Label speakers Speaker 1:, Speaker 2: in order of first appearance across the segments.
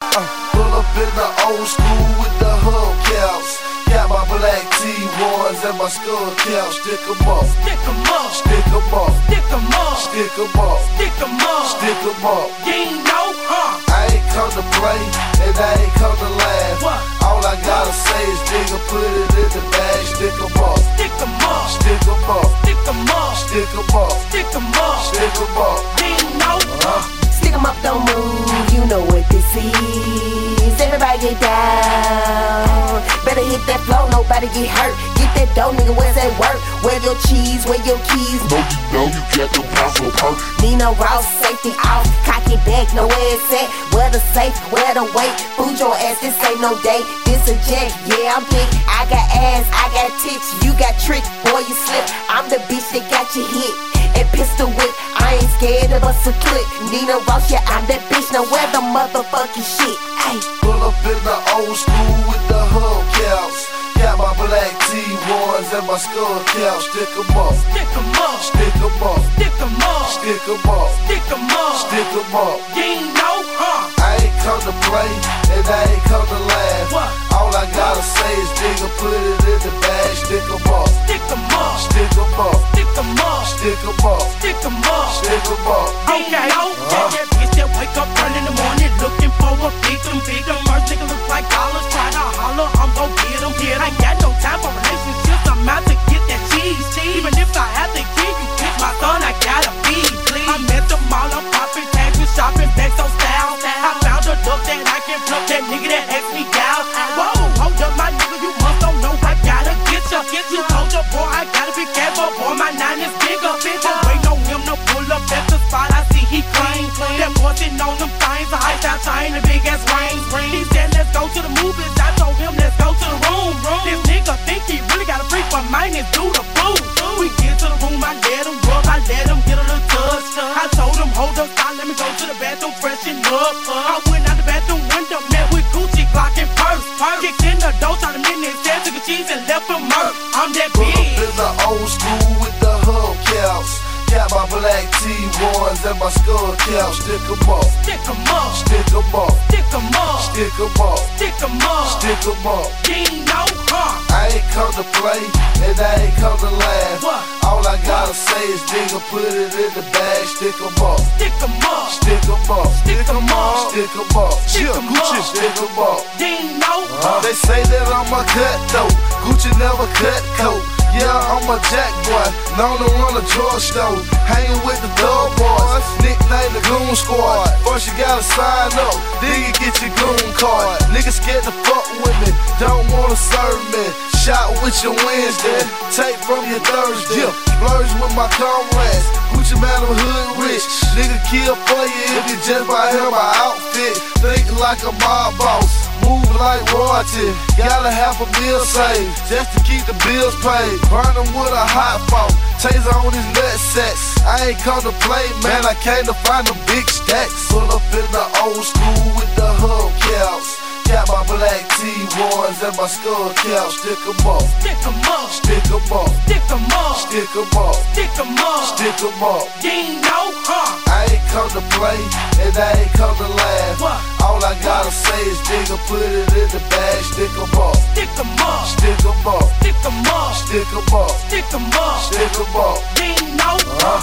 Speaker 1: Uh, pull up in the old school with the hubcaps. Got my black T1s and my skull caps. Stick 'em up,
Speaker 2: Stick 'em up,
Speaker 1: stick 'em up,
Speaker 2: stick 'em up,
Speaker 1: stick 'em up,
Speaker 2: stick 'em up.
Speaker 1: stick 'em up.
Speaker 2: You ain't know, huh?
Speaker 1: I ain't come to play and I ain't come to laugh.
Speaker 2: What?
Speaker 1: All I gotta say is, nigga, put it in the bag. Stick 'em up,
Speaker 2: Stick 'em up,
Speaker 1: stick 'em up,
Speaker 2: stick 'em up,
Speaker 1: stick 'em up,
Speaker 2: stick 'em up.
Speaker 1: stick 'em up.
Speaker 2: You ain't know, huh?
Speaker 3: Stick 'em up, don't move. You know what this is. Everybody get down. Better hit that flow, nobody get hurt. Get that dough, nigga, where's that work? Where your cheese, where your keys?
Speaker 4: No, you know you got the pounds of hurt.
Speaker 3: Nina Ross, safety off, cock it back, no ass set. Where the safe, where the weight? Food your ass, this ain't no date. This a jack, yeah, I'm big. I got ass, I got tits, you got trick, boy, you slip. I'm the bitch that got you hit and pistol whip. I ain't scared of us a clip. Nina Ross, yeah, I'm that bitch, now where the motherfucking shit? Ayy.
Speaker 1: Pull up in the old school with the hubcaps. Got my black T1s and my skull caps. Stick 'em up,
Speaker 2: Stick 'em up,
Speaker 1: stick 'em up,
Speaker 2: stick 'em up,
Speaker 1: stick 'em up,
Speaker 2: stick 'em up.
Speaker 1: stick 'em up.
Speaker 2: You ain't know, huh?
Speaker 1: I ain't come to play and I ain't come to laugh.
Speaker 2: What?
Speaker 1: All I gotta say is, nigga, put it in the bag. Stick 'em up,
Speaker 2: Stick 'em up,
Speaker 1: stick 'em up,
Speaker 2: stick 'em up,
Speaker 1: stick 'em up,
Speaker 2: stick 'em up.
Speaker 1: stick 'em up.
Speaker 2: Okay. Yeah, yeah, bitch that wake up early in the morning looking for a victim. Victim, first nigga look like dollars. Try to holler, I'm gon' get him. I ain't got no time for relationships. I'm out to get that cheese. cheese. Even if I have to give you kick my son, I gotta be please. I'm at the mall, I'm popping tags and shopping back so style. I found a duck that I can pluck that nigga that asked me down. Whoa, hold up, my nigga, you must don't know I gotta get ya. Get ya. Told ya, boy, I gotta be careful, boy, my nine is bigger. Bitch, I'm waiting on him to pull up at the spot. I see he clean, clean. That boy sitting on them things, a high top chain, a big ass ring. ring. He said, let's go to the movies. I told him, let's go to the room. room. This nigga think he really got a freak, but mine is through the booth. We get to the room, I let him rub, I let him get a little touch. I told him, hold up, stop, let me go to the bathroom, freshen up. I went out the bathroom window, met with Gucci, Glock, and purse. Kicked in the door, tried to minute, said, took a cheese and left him murk. I'm that
Speaker 1: Pull up
Speaker 2: bitch.
Speaker 1: in the old school with the hubcaps. Got my black T1s and my skull caps. Stick 'em up,
Speaker 2: Stick 'em up,
Speaker 1: stick 'em up,
Speaker 2: stick 'em up,
Speaker 1: stick 'em up,
Speaker 2: stick 'em up.
Speaker 1: stick 'em up.
Speaker 2: Dino, huh?
Speaker 1: I ain't come to play and I ain't come to laugh.
Speaker 2: What?
Speaker 1: All I gotta say is, nigga, put it in the bag. Stick 'em up,
Speaker 2: Stick 'em up,
Speaker 1: stick 'em up,
Speaker 2: stick 'em up.
Speaker 1: stick 'em up,
Speaker 2: Stick 'em
Speaker 1: Gucci,
Speaker 2: up.
Speaker 1: stick 'em up.
Speaker 2: Dino,
Speaker 1: Uh,
Speaker 2: huh?
Speaker 1: they say that I'm a cutthroat. Gucci never cut coat. Yeah, I'm a jack boy. Known to run a drugstore. Hanging with the dog boys. Nickname the Goon Squad. First you gotta sign up, then you get your goon card. Niggas scared to fuck with me. Don't wanna serve me. Shot with your Wednesday. Tape from your Thursday. Yeah, blurs with my comrades. Gucci man, I'm hood rich. Nigga kill for you if you just buy him my outfit. Think like a mob boss. Move like royalty. Gotta have a bill saved just to keep the bills paid. Burn them with a hot phone. Taser on his nutsacks. I ain't come to play, man. I came to find them big stacks. Pull up in the old school with the hubcaps. Got my black T1s and my skull caps. Stick 'em up,
Speaker 2: Stick 'em up,
Speaker 1: stick 'em up,
Speaker 2: stick 'em up,
Speaker 1: stick 'em up,
Speaker 2: stick 'em up.
Speaker 1: stick 'em up.
Speaker 2: Dino, huh?
Speaker 1: I ain't come to play and I ain't come to laugh.
Speaker 2: What?
Speaker 1: All I gotta say is, nigga, put it in the bag, stick 'em up,
Speaker 2: Stick 'em up,
Speaker 1: stick 'em up,
Speaker 2: stick 'em up,
Speaker 1: stick 'em up,
Speaker 2: stick 'em up.
Speaker 1: stick 'em up.
Speaker 2: Dino, huh?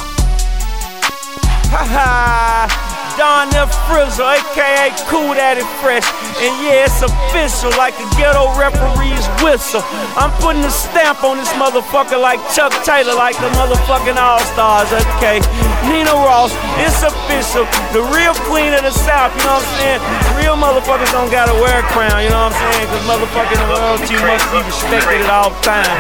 Speaker 5: Haha, Don F. Frizzle, aka Cool Daddy Fresh. And yeah, it's official, like a ghetto referee's whistle. I'm putting a stamp on this motherfucker like Chuck Taylor, like the motherfucking All Stars, okay? Nina Ross, it's official. The real queen of the South, you know what I'm saying? Real motherfuckers don't gotta wear a crown, you know what I'm saying? Cause motherfucking royalty must be respected at all times.